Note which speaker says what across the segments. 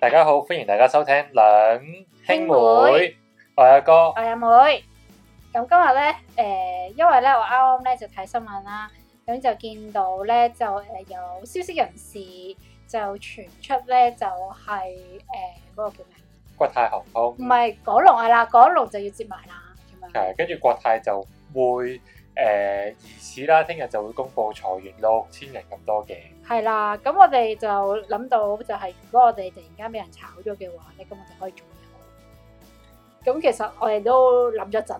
Speaker 1: 大家好，歡迎大家收聽兩兄
Speaker 2: 兄
Speaker 1: 妹，
Speaker 2: 妹
Speaker 1: 我係阿哥，
Speaker 2: 我有妹。咁今日咧，誒、因為咧我啱啱咧就睇新聞啦，咁就見到咧就誒、有消息人士就傳出咧就係誒嗰個叫咩？
Speaker 1: 國泰航空
Speaker 2: 唔，係港龍係啦，港龍就要接埋啦咁樣。
Speaker 1: 係跟住國泰就會誒、呃疑似啦，聽日就會公布裁員六千人咁多嘅，
Speaker 2: 係啦，咁我哋就諗到就係，如果我哋突然間俾人炒咗嘅話咧，咁我哋可以做嘢。咁其實我哋都諗咗陣，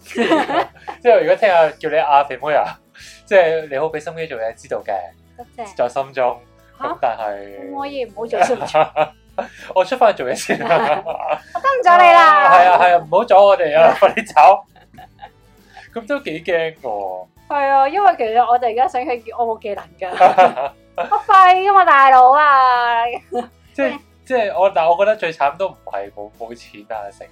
Speaker 1: 即係如果聽日叫你阿肥妹啊， 即係你好俾心機做嘢，知道嘅，
Speaker 2: 多謝。
Speaker 1: 在心中，咁、
Speaker 2: 嚇
Speaker 1: 但
Speaker 2: 可唔可
Speaker 1: 係
Speaker 2: 以唔好再信咗
Speaker 1: 我出翻去做嘢 先啦。
Speaker 2: 你啦？
Speaker 1: 係啊係啊，唔好阻我哋啊， 快啲走。咁都幾驚喎，
Speaker 2: 係啊，因為其實我哋而家想起我冇技能㗎， 我廢㗎嘛大佬啊！
Speaker 1: 即係即係我，但我覺得最慘都唔係冇冇錢啊成喎。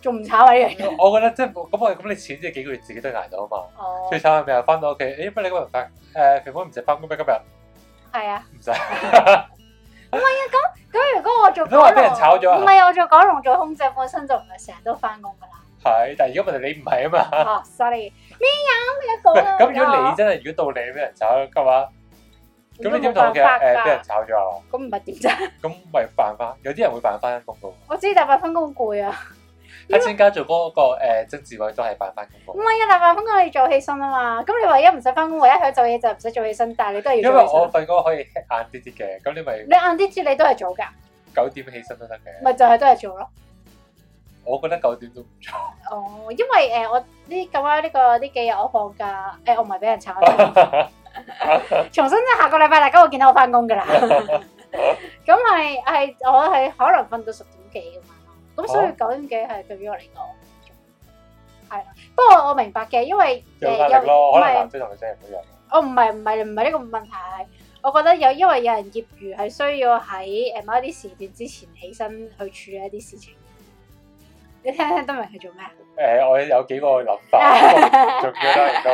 Speaker 2: 仲唔炒你嘅？
Speaker 1: 我覺得即係冇咁我咁你錢即係幾個月自己都捱到啊嘛。
Speaker 2: 哦
Speaker 1: 最，慘係咩啊？翻到屋企，誒乜你今日唔翻？誒肥妹唔使翻工咩？今日
Speaker 2: 係啊。
Speaker 1: 唔使。
Speaker 2: 咁如果我 做
Speaker 1: 你都話
Speaker 2: 港
Speaker 1: 俾人炒咗啊
Speaker 2: 龍，唔係我做港龍做空姐本身就唔係成日都翻工㗎啦。
Speaker 1: 係，但係而家問題你唔係啊嘛。
Speaker 2: 哦，sorry，咩有咩講
Speaker 1: 喂
Speaker 2: 啊？
Speaker 1: 咁如果你真係如果到你俾人炒嘅話，咁你點同佢誒俾人炒咗啊？
Speaker 2: 咁唔係點啫？
Speaker 1: 咁咪扮翻，有啲人會扮翻工嘅喎。
Speaker 2: 我知大八分工攰啊，
Speaker 1: 阿千家做嗰個誒曾志偉都係扮翻工
Speaker 2: 唔
Speaker 1: 嘅，
Speaker 2: 係啊，大八分工你做起身啊嘛。咁你唯一唔使翻工，唯一喺做嘢就唔使做起身，但係你都係
Speaker 1: 因為
Speaker 2: 要做起
Speaker 1: 我
Speaker 2: 身。
Speaker 1: 份工可以晏啲啲嘅，咁你咪
Speaker 2: 你晏啲知你都係做㗎，
Speaker 1: 九點起身都得嘅。
Speaker 2: 咪就係都係做咯。
Speaker 1: 我覺得九點都唔錯。
Speaker 2: 哦，因為誒、呃我呢咁啱呢個呢幾日我放假，誒、我唔係俾人炒咗，重新即下個禮拜大家會見到我翻工㗎啦。咁係係我係可能瞓到十點幾咁樣咯，咁所以
Speaker 1: 哦
Speaker 2: 九點幾係對於我嚟講係啦。不過我明白嘅，因為
Speaker 1: 有
Speaker 2: 誒
Speaker 1: 壓力咯，
Speaker 2: 唔
Speaker 1: 可能
Speaker 2: 係
Speaker 1: 男仔同女仔唔一樣。
Speaker 2: 我唔係唔係唔係呢個問題，我覺得有因為有人業餘係需要喺誒某一啲時段之前起身去處理一啲事情。你聽聽得明係做咩啊？
Speaker 1: 誒、我有幾個諗 法，仲要啦，亦
Speaker 2: 啊
Speaker 1: 都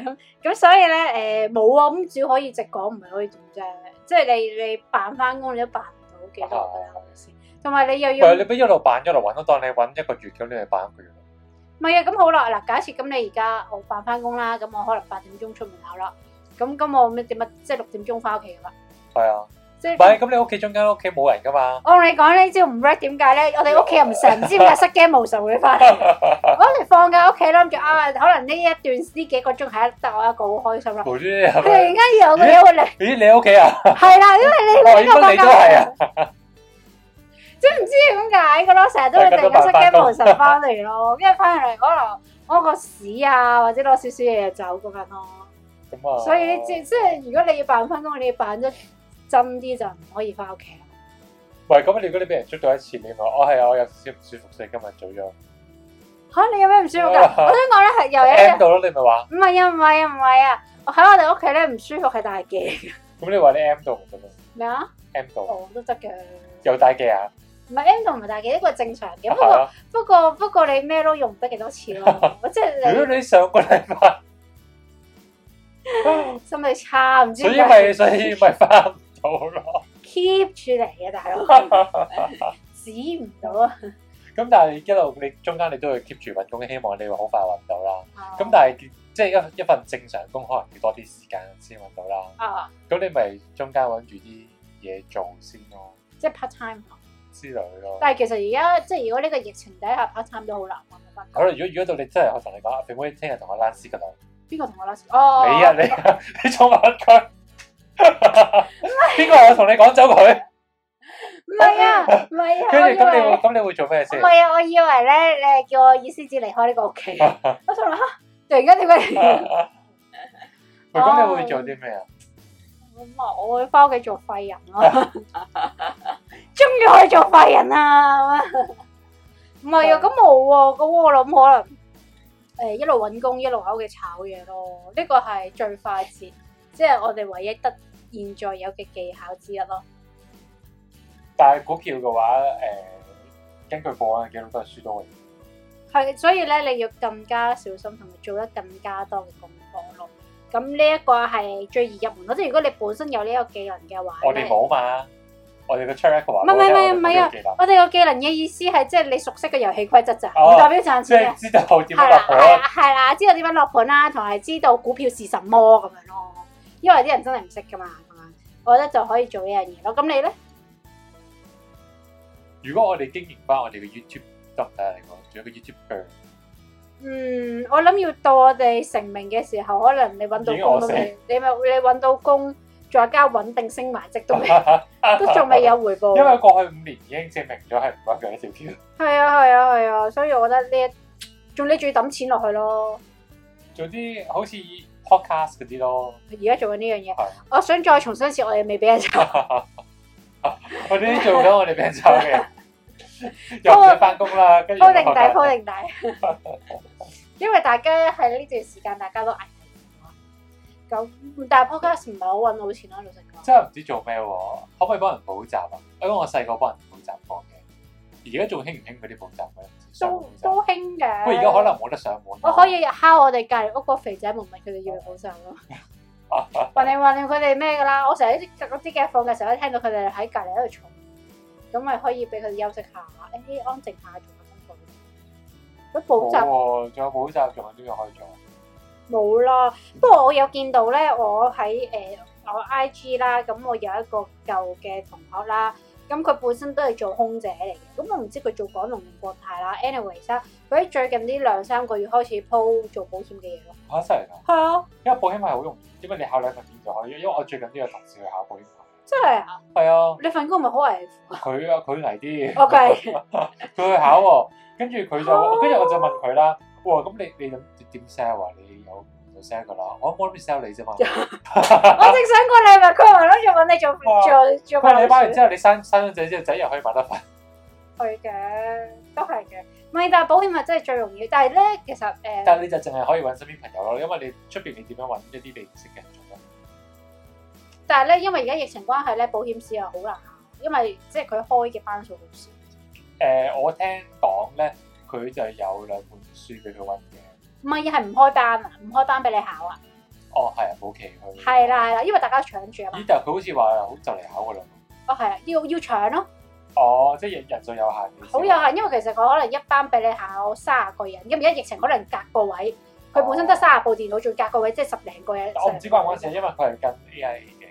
Speaker 2: 咁咁所以咧誒冇啊，咁只可以直講，唔係可以點啫？即係你你扮翻工，你都扮唔到幾多㗎啦，係咪先？同埋你又
Speaker 1: 唔係
Speaker 2: 要
Speaker 1: 你咪一路扮一路揾，我當你揾一個月咁，你咪扮一個月咯。
Speaker 2: 唔係啊，咁好啦，嗱，假設咁你而家我扮翻工啦，咁我可能八點鐘出門口啦，咁咁我咩點啊？即係六點鐘翻屋企噶啦，
Speaker 1: 係 啊，
Speaker 2: 即
Speaker 1: 唔係
Speaker 2: 係
Speaker 1: 咁你屋企中間屋企冇人噶嘛，
Speaker 2: 我同你講呢招唔 red 點解咧？我哋屋企人唔成，唔知點解失驚無神會 翻嚟。我哋放假屋企諗住啊，可能呢一段呢幾個鐘係得我一個好 開心啦。
Speaker 1: 無端端係
Speaker 2: 突
Speaker 1: 咪
Speaker 2: 然間有個嘢會嚟，
Speaker 1: 咦，你屋企啊？
Speaker 2: 係啦，因
Speaker 1: 我
Speaker 2: 為你
Speaker 1: 哦應
Speaker 2: 呢個
Speaker 1: 該
Speaker 2: 放
Speaker 1: 你都係
Speaker 2: 假
Speaker 1: 啊，，
Speaker 2: 即係唔知點解噶咯，成日都會突然間失驚無神翻嚟咯，跟住翻嚟可能屙個屎啊，或者攞少少嘢就走咁樣咯。
Speaker 1: 咁啊，
Speaker 2: 所以你即即係如果你要扮翻工，你要扮得真啲就唔可以翻屋企啦。
Speaker 1: 喂，咁你如果你俾人捉到一次，你咪我係啊我有少少唔舒服，所以今日早咗
Speaker 2: 嚇你有咩唔舒服㗎？我想講咧係又哦有一
Speaker 1: ，M
Speaker 2: 隻
Speaker 1: 到咯，你咪話，
Speaker 2: 唔係啊唔係啊唔係啊！我喺我哋屋企咧唔舒服係 大忌
Speaker 1: 咁你話你 M 到唔得咯
Speaker 2: 咩啊？
Speaker 1: ，M 到
Speaker 2: 我都得嘅，
Speaker 1: 有大忌啊，
Speaker 2: 唔係 M 同唔係大忌，呢個係正常嘅。不
Speaker 1: 係
Speaker 2: 過
Speaker 1: 啊，
Speaker 2: 不過不過你咩都用唔得幾多次 咯，即係
Speaker 1: 如
Speaker 2: 你
Speaker 1: 果你上個禮拜，
Speaker 2: 心理差唔知
Speaker 1: 所以
Speaker 2: 點
Speaker 1: 咪
Speaker 2: 解
Speaker 1: 所以咪翻唔到咯。
Speaker 2: keep 住嚟嘅大佬， 止唔到啊！
Speaker 1: 咁但係一路你中間你都會 keep 住揾工，希望你會好快揾到啦。咁但
Speaker 2: 係
Speaker 1: 係即係一一份正常工，可能要多啲時間先揾到啦。
Speaker 2: 啊，
Speaker 1: 咁你咪中間揾住啲嘢做先咯，
Speaker 2: 即係 part time 啊。
Speaker 1: 之類咯。
Speaker 2: 但係其實而家即係如果呢個疫情底下 part time 都好難揾啊翻
Speaker 1: 可能如果如果到你真係我同你講，阿肥妹聽日同我拉絲㗎啦，
Speaker 2: 邊個同我拉屎？哦，
Speaker 1: 你啊你 啊，你做乜佢？邊個係我同你講走佢？
Speaker 2: 唔係啊，唔係啊，
Speaker 1: 跟
Speaker 2: 我以
Speaker 1: 住咁你會
Speaker 2: 為
Speaker 1: 咁你會做咩
Speaker 2: 唔
Speaker 1: 先？
Speaker 2: 係啊，我以為咧，你係叫我意思只離開呢個屋企。啊 我想話嚇，突然間點解你
Speaker 1: 喂咁
Speaker 2: 哦
Speaker 1: 你會做啲咩啊？
Speaker 2: 咁啊？我會翻屋企做廢人咯，終於可以做廢人啦！唔係啊，咁冇喎，咁我諗可能誒一路揾工，一路喺屋企炒嘢咯。呢個係最快捷，即係我哋唯一得現在有嘅技巧之一咯。
Speaker 1: 但係股票嘅話，誒根據過往嘅記錄都係輸多嘅。
Speaker 2: 係，所以咧你要更加小心，同埋做得更加多嘅功課咯。咁呢一個係最易入門咯，即係如果你本身有呢一個技能嘅話，
Speaker 1: 我哋冇嘛，我哋個 track record 話
Speaker 2: 唔係唔係
Speaker 1: 俾我聽
Speaker 2: 唔係啊
Speaker 1: 我哋都有技能
Speaker 2: 我哋個技能嘅意思係即係你熟悉嘅遊戲規則咋，
Speaker 1: 哦
Speaker 2: 唔代表賺
Speaker 1: 即
Speaker 2: 錢嘅。
Speaker 1: 係知啊道點樣
Speaker 2: 啊係
Speaker 1: 落
Speaker 2: 啦，係啊
Speaker 1: 盤
Speaker 2: 啦，係啦，知道點樣落盤啦，同埋知道股票是什麼咁樣咯。因為啲人真係唔識噶嘛，咁樣我覺得就可以做呢樣嘢咯。咁你咧？
Speaker 1: 如果我哋經營翻我哋嘅 YouTube 得唔得啊？你講仲有個 YouTube 嘅
Speaker 2: 嗯，我諗要到我哋成名嘅時候，可能你揾到
Speaker 1: 已經
Speaker 2: 工
Speaker 1: 餓
Speaker 2: 都
Speaker 1: 死
Speaker 2: 未，你咪你揾到工，再加穩定升埋職都 未，都仲未有回報。
Speaker 1: 因為過去五年已經證明咗係唔 work 嘅一條橋，
Speaker 2: 係啊係啊係啊，所以我覺得呢一，仲你仲要抌錢落去咯。
Speaker 1: 做啲好似 podcast 嗰啲咯，
Speaker 2: 而家做緊呢樣
Speaker 1: 係
Speaker 2: 嘢，我想再重申一次，我哋未俾人炒。
Speaker 1: 我哋都做緊我哋俾人炒 嘅，又唔使翻工啦，跟住
Speaker 2: 鋪定底，鋪
Speaker 1: 定
Speaker 2: 定底。因為大家喺呢段時間，大家都捱緊啦。咁但係 podcast 唔係好揾到錢啦，老實講。
Speaker 1: 真係唔知做咩喎，可唔可以幫人補習啊？因為我細個幫人補習過嘅，而家仲興唔興嗰啲補習嘅？上門
Speaker 2: 都
Speaker 1: 補習
Speaker 2: 都興嘅。
Speaker 1: 不過而家可能冇得上門。
Speaker 2: 我可以敲我哋隔離屋個肥仔問問佢哋要唔要補習咯。問你問佢哋咩㗎啦？我成日啲嗰啲嘅放嘅時候，都聽到佢哋喺隔離喺度嘈，咁咪可以俾佢哋休息下，誒安靜下做下功課。咁補
Speaker 1: 冇
Speaker 2: 習
Speaker 1: 喎，哦仲有補習，仲有啲嘢可以做。
Speaker 2: 冇啦，不過我有見到咧，我喺誒、呃我 IG 啦，咁我有一個舊嘅同學啦，咁佢本身都係做空姐嚟嘅，咁我唔知佢做港龍定國泰啦。anyways 啦，佢喺最近呢兩三個月開始鋪做保險嘅嘢咯。
Speaker 1: 嚇真係㗎，
Speaker 2: 係啊，
Speaker 1: 因為保險係好容易，因為你考兩份試就可以。因為我最近都有同事去考保險牌，
Speaker 2: 真係啊！
Speaker 1: 係啊，
Speaker 2: 你份工咪好危
Speaker 1: 佢啊佢嚟啲。
Speaker 2: ？OK，
Speaker 1: 佢去考喎，跟住佢
Speaker 2: 哦
Speaker 1: 就，跟住我就問佢啦，哇，咁你你諗點 sell 啊？你有有 sell 噶啦，我冇諗 sell 你啫 嘛。
Speaker 2: 我正想講你係咪佢話攞做揾你做
Speaker 1: 哇
Speaker 2: 做做
Speaker 1: 哦佢話你買
Speaker 2: 白老
Speaker 1: 完
Speaker 2: 鼠
Speaker 1: 之後，你生生咗仔之後，仔又可以買得翻。
Speaker 2: 去嘅，都係嘅。唔係，但係保險係真係最容易，但係咧其實誒。呃
Speaker 1: 但係你就淨係可以揾身邊朋友咯，因為你出邊你點樣揾一啲你唔識嘅人做咧？
Speaker 2: 但係咧，因為而家疫情關係咧，保險市又好難考，因為即係佢開嘅班數好少。
Speaker 1: 誒、我聽講咧，佢就有兩本書俾佢揾嘅。
Speaker 2: 唔係，係唔開班啊，唔開班俾你考啊。
Speaker 1: 哦，係啊，冇期佢。
Speaker 2: 係。啦係啦，因為大家搶住啊嘛
Speaker 1: 咦？。但係佢好似話好就嚟考噶啦。
Speaker 2: 哦係啊，要要搶咯，
Speaker 1: 哦，即係人人數有限。
Speaker 2: 好有限，因為其實佢可能一班俾你考三十個人，咁而家疫情可能隔個位，佢本身得三十部電腦，仲隔個位即係十零個人。
Speaker 1: 哦我唔知關唔關事，因為佢係跟 AIA 嘅，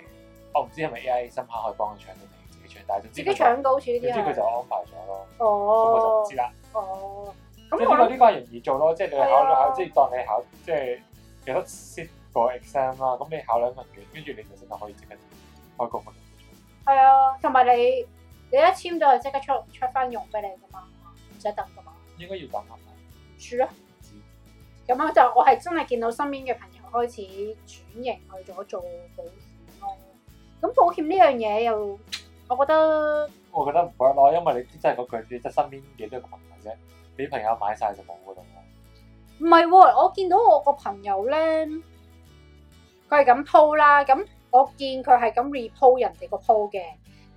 Speaker 1: 我唔知係咪 AIA 深刻可以幫佢搶到定自己搶，但係總之
Speaker 2: 自
Speaker 1: 佢
Speaker 2: 己
Speaker 1: 就
Speaker 2: 搶到好似呢
Speaker 1: 總
Speaker 2: 啲
Speaker 1: 之佢就
Speaker 2: 係。
Speaker 1: 安排咗咯，咁我就唔
Speaker 2: 哦
Speaker 1: 知啦。
Speaker 2: 哦，
Speaker 1: 即係
Speaker 2: 咁我
Speaker 1: 呢個
Speaker 2: 諗
Speaker 1: 呢個係容易做咯，即係你考
Speaker 2: 係啊
Speaker 1: 考，即係當你考即係有得 sit 個 exam 啦，咁你考兩份卷，跟住你就真係可以即刻開工嗰度
Speaker 2: 係啊，同埋你你一簽到就即刻出出翻用俾你㗎嘛，唔使等㗎嘛，
Speaker 1: 應該要等下。
Speaker 2: 住咯。咁樣就我係真係見到身邊嘅朋友開始轉型去咗做保險咯。咁保險呢樣嘢又，我覺得
Speaker 1: 我覺得唔 work 咯，因為你真係嗰句，你真身邊幾多個朋友啫，你朋友買晒就冇噶啦。
Speaker 2: 唔係喎，我見到我個朋友咧，佢係咁 po 啦，咁我見佢係咁 repo 人哋個 po 嘅，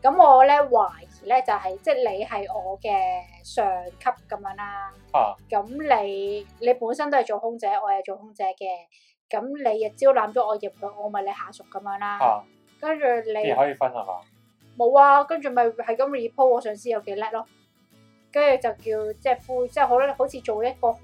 Speaker 2: 咁我咧懷疑咧就係、即係你係我嘅上級咁樣啦。
Speaker 1: 啊，
Speaker 2: 咁你你本身都係做空姐，我係做空姐嘅，咁你亦招攬咗我入去，我咪你下屬咁樣啦。
Speaker 1: 啊，
Speaker 2: 跟住
Speaker 1: 你
Speaker 2: 你
Speaker 1: 可以分係嘛？
Speaker 2: 冇啊，跟住咪係咁 report 我上司有幾叻咯，跟住就叫即係呼，即係好好似做一個好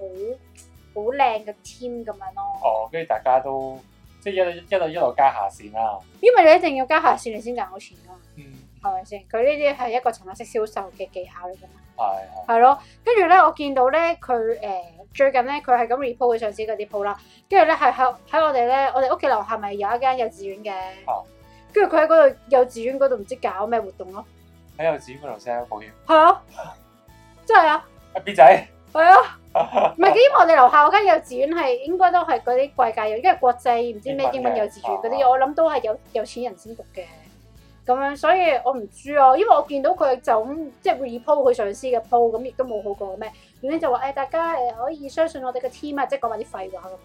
Speaker 2: 好靚嘅 team 咁樣咯。
Speaker 1: 哦，跟住大家都即係一路一路一路加下線啦。
Speaker 2: 因為你一定要加下線，你先賺到錢噶嘛，
Speaker 1: 嗯，
Speaker 2: 係咪先？佢呢啲係一個層壓式銷售嘅技巧嚟㗎嘛。
Speaker 1: 係係。
Speaker 2: 係咯，跟住咧，我見到咧佢誒最近咧，佢係咁 report 佢上司嗰啲鋪啦，跟住咧係喺喺我哋咧，我哋屋企樓下咪有一間幼稚園嘅
Speaker 1: 哦，
Speaker 2: 跟住佢喺嗰度幼稚園嗰度唔知搞咩活動咯，
Speaker 1: 喺幼稚園嗰度 sell 保險。
Speaker 2: 係啊，真係啊，
Speaker 1: 阿 B 仔，
Speaker 2: 係啊，唔係因為我哋樓下嗰間幼稚園係應該都係嗰啲貴價幼，因為國際唔知咩英文幼稚園嗰
Speaker 1: 英文嘅
Speaker 2: 啲，我諗都係有有錢人先讀嘅。咁樣，所以我唔知啊，因為我見到佢就咁即係 report 佢上司嘅 po，咁亦都冇好過咩。總之就話誒、大家誒、可以相信我哋嘅 team 啊，即係講埋啲廢話咁樣。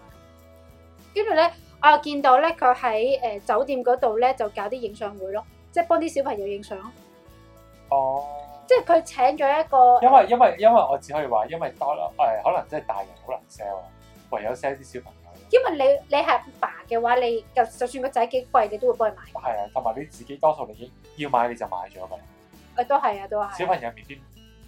Speaker 2: 跟住咧，我又見到咧佢喺誒酒店嗰度咧就搞啲影相會咯，即係幫啲小朋友影相咯。
Speaker 1: 哦，
Speaker 2: 即係佢請咗一個
Speaker 1: 因為因為因為我只可以話，因為多誒、可能真係大人好難 sell 啊，唯有 sell 啲小朋友。
Speaker 2: 因為你你係爸嘅話，你就就算個仔幾貴，你都會幫佢買。
Speaker 1: 係啊，同埋你自己多數你已經要買你就買咗㗎啦。
Speaker 2: 誒都係啊，都係。
Speaker 1: 小朋友未必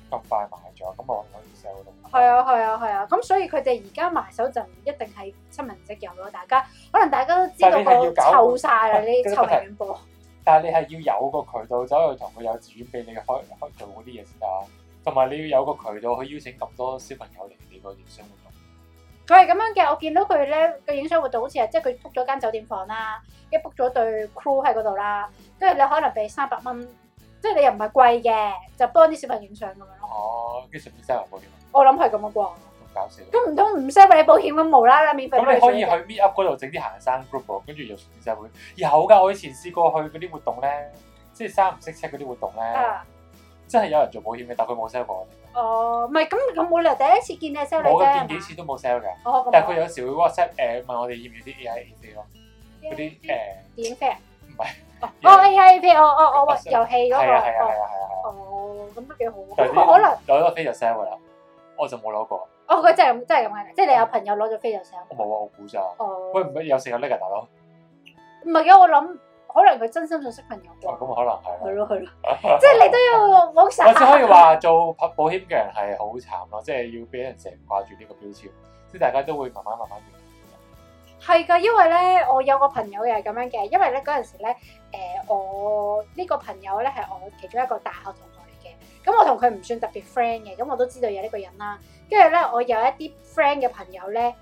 Speaker 1: 咁快埋咗，咁我可以 sell 到。
Speaker 2: 係，啊，係啊，係啊，咁所以佢哋而家埋手就唔一定係親民藉友咯，大家可能大家都知道
Speaker 1: 但係你係要
Speaker 2: 個
Speaker 1: 搞哦
Speaker 2: 臭晒啦，呢
Speaker 1: 嗰
Speaker 2: 啲
Speaker 1: 啲
Speaker 2: 臭
Speaker 1: 問題
Speaker 2: 名遠播。
Speaker 1: 但係你係要有個渠道走去同個幼稚園俾你開開做嗰啲嘢先得啊，同埋你要有個渠道去邀請咁多小朋友嚟你個營商活動。
Speaker 2: 佢係咁樣嘅，我見到佢咧個影相活動好似係即係佢 book 咗間酒店房啦，一 book 咗對 crew 喺嗰度啦，跟住你可能俾三百蚊，即係你又唔係貴嘅，就幫啲小朋友影相咁樣咯。
Speaker 1: 哦，跟住順便 sell 埋保險，
Speaker 2: 我諗係咁樣啩，
Speaker 1: 咁搞笑。
Speaker 2: 咁唔通唔 sell 俾你保險咁無啦啦免費
Speaker 1: 咁
Speaker 2: 俾
Speaker 1: 你可以
Speaker 2: 水
Speaker 1: 去
Speaker 2: 嘅
Speaker 1: meet up 嗰度整啲行山 group 喎，跟住又順便 sell 保險。有㗎，我以前試過去嗰啲活動咧，即係三唔識七嗰啲活動咧，
Speaker 2: 啊？
Speaker 1: 真係有人做保險嘅，但佢冇 sell 過我哋。
Speaker 2: 哦，唔係咁咁冇理由第一次見你 sell 你
Speaker 1: 我
Speaker 2: 啫
Speaker 1: 嘅見
Speaker 2: 係
Speaker 1: 幾
Speaker 2: 嘛
Speaker 1: 次都冇 sell 嘅，
Speaker 2: 哦，咁
Speaker 1: 但係佢有時會 WhatsApp 誒問我哋要唔要啲 AI A C 咯，嗰
Speaker 2: 嗯
Speaker 1: 啲誒
Speaker 2: 電影 fair
Speaker 1: 唔係
Speaker 2: 哦哦 A I P 哦哦哦
Speaker 1: 白
Speaker 2: 喂
Speaker 1: 色
Speaker 2: 遊戲
Speaker 1: 係
Speaker 2: 嗰個
Speaker 1: 啊係啊係啊
Speaker 2: 哦
Speaker 1: 係啊係啊，
Speaker 2: ờ, 哦咁都幾好，
Speaker 1: 但
Speaker 2: 咁
Speaker 1: 係啊
Speaker 2: 可能
Speaker 1: 啲攞咗飛就 sell 㗎啦，我就冇攞過，
Speaker 2: 哦佢真係咁真係咁嘅，即係你有朋友攞咗飛就 sell
Speaker 1: 我冇啊，我估咋。
Speaker 2: 哦。
Speaker 1: 喂，唔係有時有叻㗎大佬，
Speaker 2: 唔係嘅，我諗可能佢真心想識朋友
Speaker 1: 咁
Speaker 2: 啩。
Speaker 1: 可能係
Speaker 2: 係
Speaker 1: 啦。
Speaker 2: 咯係咯，即係你都要冇 晒
Speaker 1: 我只可以話做保保險嘅人係好慘咯，即係要俾人成日掛住呢個標籤，即係大家都會慢慢慢慢變。
Speaker 2: 係㗎，因為咧我有個朋友又係咁樣嘅，因為咧嗰陣時咧誒、我呢個朋友咧係我其中一個大學同學嚟嘅，咁我同佢唔算特別 friend 嘅，咁我都知道有呢個人啦。跟住咧我有一啲 friend 嘅朋友咧，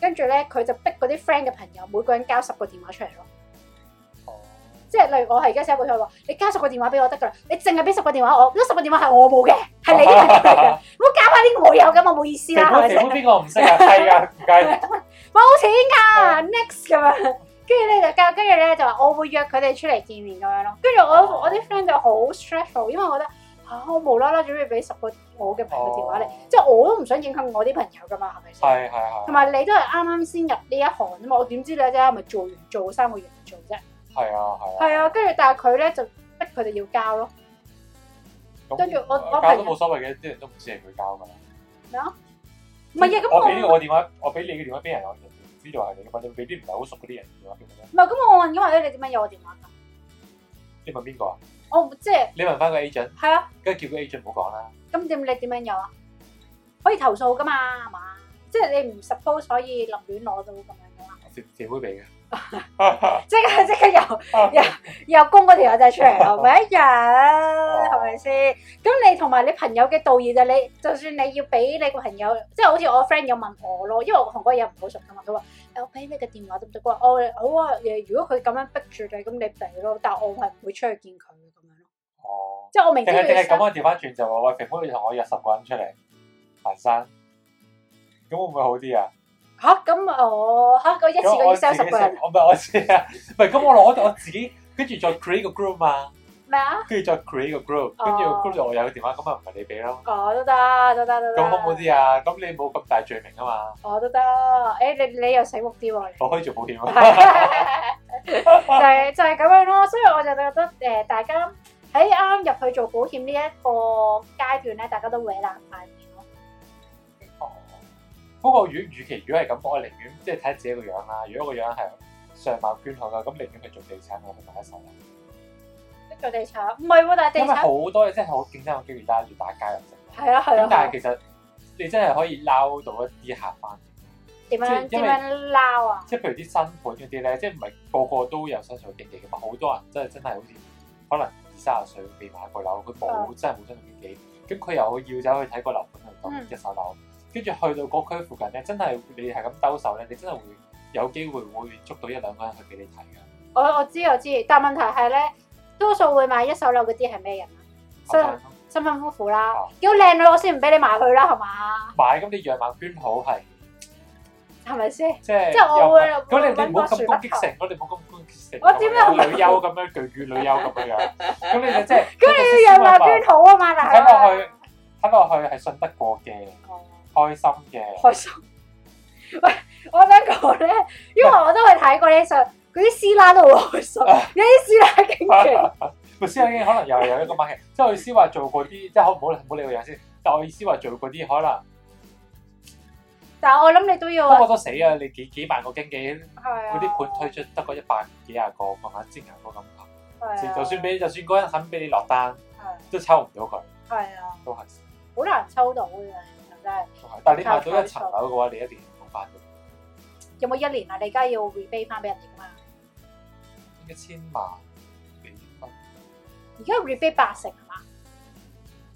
Speaker 2: 跟住咧佢就逼嗰啲 friend 嘅朋友每個人交十個電話出嚟咯。
Speaker 1: 哦，
Speaker 2: 即係例如我係而家寫一個佢話，你交十個電話俾我得㗎啦，你淨係俾十個電話我，嗰十個電話係我冇嘅，係你啲朋友嚟嘅，唔好搞埋啲我有咁，我冇意思
Speaker 1: 皮
Speaker 2: 啦，係
Speaker 1: 膚皮
Speaker 2: 咪 先？
Speaker 1: 膚邊個唔識啊？係啊，唔該。
Speaker 2: 冇錢㗎，next 咁樣。跟住咧就交，跟住咧就話我會約佢哋出嚟見面咁樣咯。跟住
Speaker 1: 哦
Speaker 2: 我我啲 friend 就好 stressful，因為我覺得嚇、啊我無啦啦準備俾十個我嘅朋友電話你，
Speaker 1: 哦
Speaker 2: 即係我都唔想影響我啲朋友㗎嘛，係咪先？
Speaker 1: 係係係。啊
Speaker 2: 同埋你都係啱啱先入呢一行啫嘛，我點知你啫？咪做完做三個月唔做啫。
Speaker 1: 係啊係啊。
Speaker 2: 係啊，跟住但係佢咧就逼佢哋要交咯。
Speaker 1: 咁
Speaker 2: 跟住我我
Speaker 1: 交
Speaker 2: 朋
Speaker 1: 都
Speaker 2: 友
Speaker 1: 冇所謂嘅，啲人都唔知係佢交㗎啦。
Speaker 2: 唔係啊，咁
Speaker 1: 我俾呢個
Speaker 2: 我
Speaker 1: 我電話，我俾你嘅電話俾人，我就唔知道係你嘅嘛。你俾啲唔係好熟嗰啲人電話俾我，
Speaker 2: 唔係咁我問咁話哎咧，你點解有我電話㗎？
Speaker 1: 你問邊個啊？
Speaker 2: 我唔即係
Speaker 1: 你問翻個 agent，
Speaker 2: 係啊，
Speaker 1: 跟住叫個 agent 唔好講啦。
Speaker 2: 咁點你點樣有啊？可以投訴㗎嘛，係嘛？即係你唔 suppose 可以立亂攞到咁樣㗎嘛？
Speaker 1: 社社會 俾嘅。
Speaker 2: 即係 即刻又又供嗰條友仔出嚟咯，咪一樣係咪先？咁你同埋你朋友嘅道義就係你，就算你要俾你個朋友，即係好似我 friend 有問我咯，因為我同嗰個友唔好熟㗎嘛，佢話誒我俾你個電話得唔得？佢話我好啊，誒如果佢咁樣逼住你，咁你俾咯，但係我係唔會出去見佢嘅咁樣咯，
Speaker 1: 哦。
Speaker 2: 即係我明知
Speaker 1: 定 係
Speaker 2: 佢
Speaker 1: 定
Speaker 2: 要
Speaker 1: 係咁
Speaker 2: 生
Speaker 1: 樣調翻轉就話喂，肥妹你同我約十個人出嚟行山，咁會唔會好啲啊？
Speaker 2: 嚇，咁我嚇我一次
Speaker 1: 咁
Speaker 2: 過要
Speaker 1: 我自
Speaker 2: sell
Speaker 1: 己
Speaker 2: 十個人
Speaker 1: 食，我唔係我自己啊，唔係咁我攞我自己，跟住再 create 個 group 嘛，
Speaker 2: 咩啊？
Speaker 1: 跟住再 create 個 group，跟
Speaker 2: 哦
Speaker 1: 住個 group 就我有個電話，咁啊咪唔係你俾咯，
Speaker 2: 我都得，都得，都得。
Speaker 1: 咁好唔好啲啊？咁你冇咁大罪名啊嘛，
Speaker 2: 我都得。誒，你你又醒目啲喎。你
Speaker 1: 我可以做保險 啊。
Speaker 2: 係就係就係咁樣咯，所以我就覺得誒、呃大家喺啱啱入去做保險呢一個階段咧，大家都搲爛塊面咯。
Speaker 1: 哦不過，如果與其如果係咁，我寧願即係睇自己個樣啦。如果個樣係相貌娟好嘅，咁寧願去做地產，我咪買一手啦。
Speaker 2: 逼做地產唔係喎，但係地
Speaker 1: 因為好
Speaker 2: 產
Speaker 1: 多嘢真係好競爭嘅機會拉住打街入城。
Speaker 2: 係啊係
Speaker 1: 咁
Speaker 2: 啊係
Speaker 1: 但係
Speaker 2: 啊，
Speaker 1: 其實你真係可以撈到一啲客翻，
Speaker 2: 點樣
Speaker 1: 即係
Speaker 2: 點
Speaker 1: 因為
Speaker 2: 樣撈啊？
Speaker 1: 即係譬如啲新盤嗰啲咧，即係唔係個個都有新手經紀嘅嘛？好多人真係真係好似可能二三十歲未買過樓，佢
Speaker 2: 啊
Speaker 1: 冇真係冇新手經紀，咁佢又要走去睇個樓盤去當
Speaker 2: 嗯
Speaker 1: 一手樓，跟住去到嗰區附近咧，真係你係咁兜售咧，你真係會有機會會捉到一兩個人去俾你睇嘅。
Speaker 2: 我我知我知，但問題係咧，多數會買一手樓嗰啲係咩人啊？
Speaker 1: 後
Speaker 2: 新
Speaker 1: 生
Speaker 2: 新婚夫婦啦
Speaker 1: 啊，
Speaker 2: 要靚女我先唔俾你埋去啦，係嘛？
Speaker 1: 買咁你樣貌娟好係
Speaker 2: 係咪先？
Speaker 1: 即係
Speaker 2: 即係我
Speaker 1: 又唔
Speaker 2: 會
Speaker 1: 係咁你
Speaker 2: 會
Speaker 1: 你唔好
Speaker 2: 揾個
Speaker 1: 咁
Speaker 2: 樹
Speaker 1: 攻
Speaker 2: 筆
Speaker 1: 擊性，我哋唔好咁攻擊性。
Speaker 2: 我點
Speaker 1: 有
Speaker 2: 樣
Speaker 1: 女優咁樣，巨乳女優咁樣樣，咁你 就即係
Speaker 2: 你要有貌捐好啊嘛，大
Speaker 1: 睇
Speaker 2: 佬
Speaker 1: 落。去，睇落去係信得過嘅，
Speaker 2: 哦
Speaker 1: 開心嘅。
Speaker 2: 開心。喂，我想講咧，因為我都去睇過呢相，嗰啲師奶都好開心，有啲師奶勁 勁。
Speaker 1: 律師已經可能又係有一個 market，即係我意思話做過啲，即係可唔好唔好理個樣先。但我意思話做過啲可
Speaker 2: 啊
Speaker 1: 能
Speaker 2: 但係我諗你都要
Speaker 1: 不過都死啊！你幾幾萬個經紀，
Speaker 2: 係啊，
Speaker 1: 嗰啲盤推出得個一百幾廿個，慢慢煎牙膏咁。
Speaker 2: 係啊
Speaker 1: 就算俾就算嗰人肯俾你落單，
Speaker 2: 係係
Speaker 1: 都抽唔到佢，
Speaker 2: 係啊，
Speaker 1: 都係
Speaker 2: 好難抽到嘅真係。
Speaker 1: 都係。但係你買到一層樓嘅話，你一定要補翻嘅，
Speaker 2: 有冇一年啊？你而家要 rebate 翻俾人哋噶嘛？
Speaker 1: 一千萬幾蚊
Speaker 2: 而家 rebate 八成啊係嘛？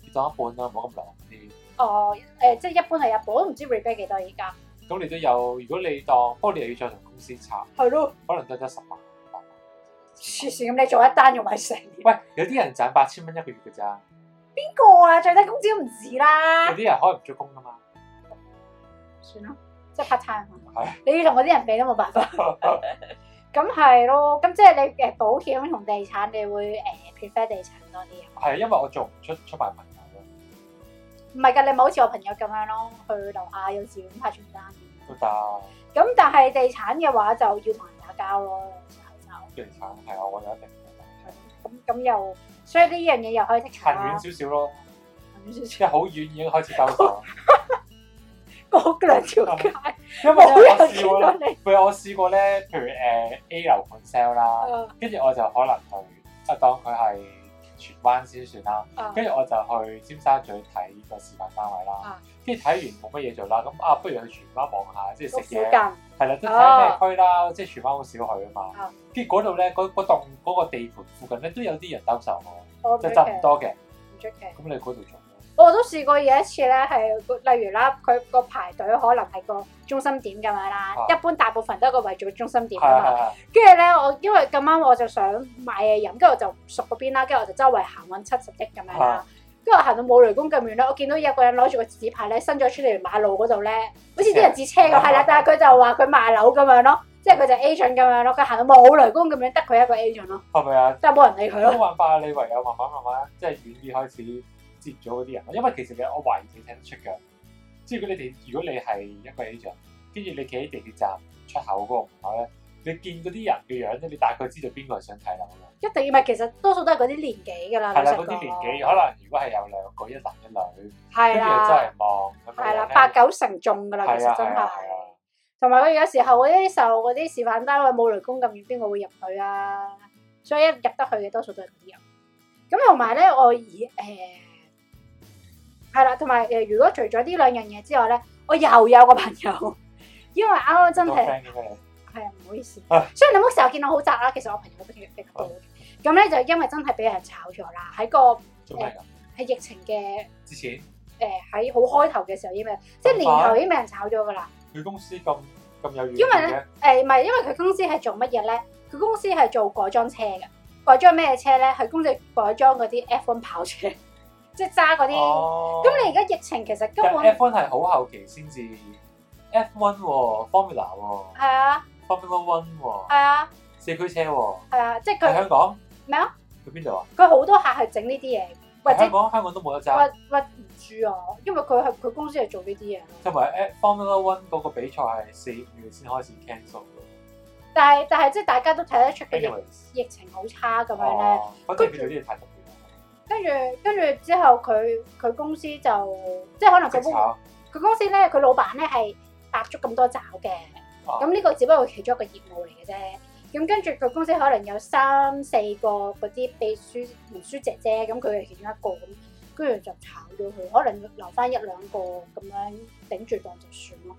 Speaker 1: 跌到一半啦，唔啊好咁狼啲。
Speaker 2: 哦，誒、即係一般係日本，我都唔知 rebate 幾多而家。
Speaker 1: 咁你都有，如果你當，不過你又要再同公司查，
Speaker 2: 係咯，
Speaker 1: 可能都得十萬。八萬
Speaker 2: 黐線咁，你做一單用埋成年。
Speaker 1: 喂，有啲人賺八千蚊一個月嘅咋，
Speaker 2: 邊個啊？最低工資都唔止
Speaker 1: 有
Speaker 2: 啦。
Speaker 1: 啲人開唔出工噶嘛。
Speaker 2: 算啦，即係 part time
Speaker 1: 係。
Speaker 2: 你要同嗰啲人比都冇辦法。咁係咯，咁即係你誒保險同地產，你會誒、prefer 地產多啲啊？
Speaker 1: 係因為我做唔出出賣朋啊友咯，
Speaker 2: 唔係㗎，你咪好似我朋友咁樣咯，去樓下有時咁派傳單。
Speaker 1: 都得。
Speaker 2: 咁但係地產嘅話就要同人打交咯，有時候
Speaker 1: 地產係我覺得一定唔得
Speaker 2: 就咁咁又，所以呢樣嘢又可以剔
Speaker 1: 行
Speaker 2: 查啦。
Speaker 1: 遠少少咯，
Speaker 2: 行 遠
Speaker 1: 即係好遠已經開始兜售。
Speaker 2: 嗰兩條街，
Speaker 1: 因為
Speaker 2: 冇
Speaker 1: 咧我
Speaker 2: 人
Speaker 1: 試
Speaker 2: 見
Speaker 1: 過
Speaker 2: 到
Speaker 1: 咧，
Speaker 2: 你。
Speaker 1: 譬如我試過咧，譬如誒 A 樓盤 sell 啦，
Speaker 2: 啊
Speaker 1: 跟住我就可能去，即係當佢係荃灣先算啦。
Speaker 2: 啊
Speaker 1: 跟住我就去尖沙咀睇個示範單位啦
Speaker 2: 啊，
Speaker 1: 跟住睇完冇乜嘢做啦，咁啊不如去荃灣望下，即係
Speaker 2: 附
Speaker 1: 食
Speaker 2: 近
Speaker 1: 嘢，係啦，都睇咩區啦，即係荃灣好少去啊嘛
Speaker 2: 哦啊。
Speaker 1: 跟住嗰度咧，嗰嗰棟嗰個地盤附近咧都有啲人兜售喎，
Speaker 2: 我唔
Speaker 1: 就
Speaker 2: 出
Speaker 1: 就唔
Speaker 2: 奇，
Speaker 1: 多嘅。
Speaker 2: 唔出奇。
Speaker 1: 咁你嗰度做咩？
Speaker 2: 我都試過有一次咧，係例如啦，佢個排隊可能係個中心點咁樣啦，
Speaker 1: 啊
Speaker 2: 一般大部分都係個圍住個中心點啊
Speaker 1: 係
Speaker 2: 㗎
Speaker 1: 係
Speaker 2: 嘛。
Speaker 1: 係，
Speaker 2: 跟住咧，我因為咁啱我就想買嘢飲，跟住我就唔熟嗰邊啦，跟住我就周圍行揾七十億咁樣啦
Speaker 1: 啊。
Speaker 2: 跟住我行到冇雷公咁遠咧，我見到有個人攞住個紙牌咧，伸咗出嚟馬路嗰度咧，好似啲人截車咁，係啦，但係佢就話佢賣樓咁樣咯，即係佢就 agent 咁樣咯，佢行到冇雷公咁遠，得佢一個 agent 咯，
Speaker 1: 係咪啊？
Speaker 2: 但係冇人理佢咯。
Speaker 1: 冇辦法，你唯有慢慢慢慢，即係遠啲開始接咗嗰啲人。因為其實你我懷疑你睇得出㗎。即係如果你哋如果你係一個 agent，跟住你企喺地鐵站出口嗰個門口咧，你見嗰啲人嘅樣咧，你大概知道邊個係想睇樓啦。
Speaker 2: 一定要咪其實多數都係嗰啲年紀㗎啦，
Speaker 1: 係啦，
Speaker 2: 老
Speaker 1: 嗰
Speaker 2: 實
Speaker 1: 啲
Speaker 2: 講
Speaker 1: 年紀可能如果係有兩個一男一女，跟
Speaker 2: 係
Speaker 1: 住又真
Speaker 2: 啦
Speaker 1: 哦係，望咁樣
Speaker 2: 係啦，
Speaker 1: 咧
Speaker 2: 八九成中㗎啦，其
Speaker 1: 係啊
Speaker 2: 實
Speaker 1: 係
Speaker 2: 真係
Speaker 1: 啊。係啊，
Speaker 2: 同埋佢有時候嗰啲受嗰啲示範單位冇雷公咁遠，邊個會入去啊？所以一入得去嘅多數都係嗰啲人。咁同埋咧，我以誒係啦，同埋誒，如果除咗呢兩樣嘢之外咧，我又有個朋友， 因為啱啱真
Speaker 1: 多
Speaker 2: 係。
Speaker 1: friend 嘅咩
Speaker 2: 係啊，唔好意思。
Speaker 1: 啊
Speaker 2: 雖然你冇成日見我好宅啦，其實我朋友都
Speaker 1: 嗯
Speaker 2: 俾佢逼到嘅。咁咧就因為真係俾人炒咗啦，喺個
Speaker 1: 你做咩㗎？
Speaker 2: 喺疫情嘅
Speaker 1: 之前
Speaker 2: 誒喺好開頭嘅時候已經俾人，即係年頭已經俾人炒咗噶啦。
Speaker 1: 佢公司咁咁有遠
Speaker 2: 因為
Speaker 1: 見
Speaker 2: 咧
Speaker 1: 嘅，
Speaker 2: 誒唔係，因為佢公司係做乜嘢咧？佢公司係做改裝車嘅，改裝咩車咧？佢公司改裝嗰啲 F1 跑車， 即係揸嗰啲。咁、
Speaker 1: 哦，
Speaker 2: 你而家疫情其實根
Speaker 1: 但
Speaker 2: 本
Speaker 1: F1 係好後期先至 F1 喎，Formula 喎
Speaker 2: 係啊
Speaker 1: ，Formula One
Speaker 2: 係
Speaker 1: 喎，
Speaker 2: 啊
Speaker 1: 四驅車喎，
Speaker 2: 係啊，即
Speaker 1: 喺
Speaker 2: 係佢
Speaker 1: 香港
Speaker 2: 咩啊？
Speaker 1: 去邊度啊？
Speaker 2: 佢好多客係整呢啲嘢，或者
Speaker 1: 香。港香港都冇得揸，
Speaker 2: 屈屈唔住啊，因為佢係佢公司係做呢啲嘢咯。
Speaker 1: 同埋誒 Formula One 嗰個比賽係四五月先開始 cancel 嘅
Speaker 2: 但係但係即係大家都睇得出佢疫
Speaker 1: ，anyways，
Speaker 2: 疫情好差哎咁樣咧，
Speaker 1: 哦，不過佢做啲嘢太特別
Speaker 2: 跟住跟住之後佢佢公司就即係可能
Speaker 1: 啦，直
Speaker 2: 佢公
Speaker 1: 炒
Speaker 2: 佢公司咧佢老闆咧係搭足咁多爪嘅，
Speaker 1: 哦
Speaker 2: 咁呢個只不過係其中一個業務嚟嘅啫。咁跟住佢公司可能有三四個嗰啲秘書文書姐姐，咁佢係其中一個咁，跟住就炒咗佢，可能留翻一兩個咁樣頂住檔就算咯。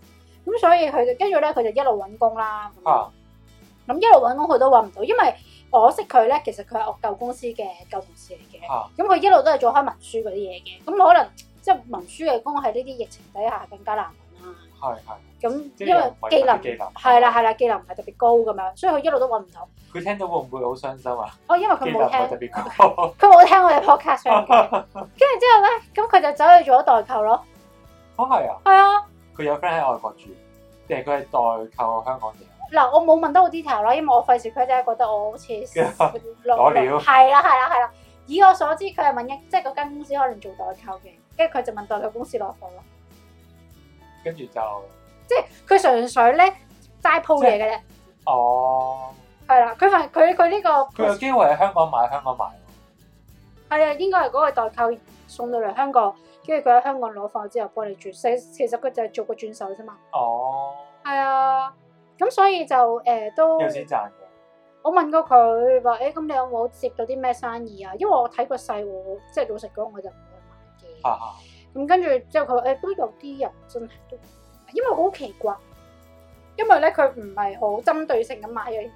Speaker 2: 咁所以佢就跟住咧，佢就一路揾工啦。咁樣
Speaker 1: 嚇，
Speaker 2: 咁一路揾工佢都揾唔到，因為我識佢咧，其實佢係我舊公司嘅舊同事嚟嘅。
Speaker 1: 啊
Speaker 2: 咁佢一路都係做開文書嗰啲嘢嘅，咁可能即係文書嘅工喺呢啲疫情底下更加難揾啦。
Speaker 1: 係係，
Speaker 2: 咁
Speaker 1: 即係
Speaker 2: 因為
Speaker 1: 又唔係
Speaker 2: 技能
Speaker 1: 特別技能
Speaker 2: 係啦係啦，技能唔係特別高咁樣，所以佢一路都揾唔到。
Speaker 1: 佢聽到會唔會好傷心啊？
Speaker 2: 哦，因為
Speaker 1: 技
Speaker 2: 佢
Speaker 1: 能唔
Speaker 2: 冇
Speaker 1: 係特
Speaker 2: 聽，
Speaker 1: 別哦高，
Speaker 2: 佢冇聽我哋 podcast 嘅。跟住之後咧，咁佢就走去做咗代購咯。
Speaker 1: 哦係啊，
Speaker 2: 係啊，
Speaker 1: 佢有 friend 喺外國住，定係佢係代購香港嘢？啊
Speaker 2: 嗱，我冇問得好 detail 啦，因為我費事佢真係覺得我 好似攞
Speaker 1: 攞料
Speaker 2: 係啦係啦係啦。以我所知，佢係問一即係嗰間公司可能做代購嘅，跟住佢就問代購公司攞貨咯。
Speaker 1: 跟住就
Speaker 2: 佢純粹咧齋鋪嘢嘅啫，
Speaker 1: 哦。
Speaker 2: 係啦。佢份佢佢呢個
Speaker 1: 佢有機會喺香港買，香港賣喎。
Speaker 2: 係啊，應該係嗰個代購送到嚟香港，跟住佢喺香港攞貨之後幫你轉，其其實佢就係做個轉手啫嘛。
Speaker 1: 哦，
Speaker 2: 係啊，咁所以就誒、呃都
Speaker 1: 有錢賺嘅。
Speaker 2: 我問過佢話：，誒、咁你有冇接到啲咩生意啊？因為我睇個細喎，即係老實講，我就唔會買嘅。
Speaker 1: 嚇嚇
Speaker 2: 咁跟住之後佢話誒都有啲人真係都，啊因為好奇怪，因為咧佢唔係好針對性咁買一樣嘢嘅，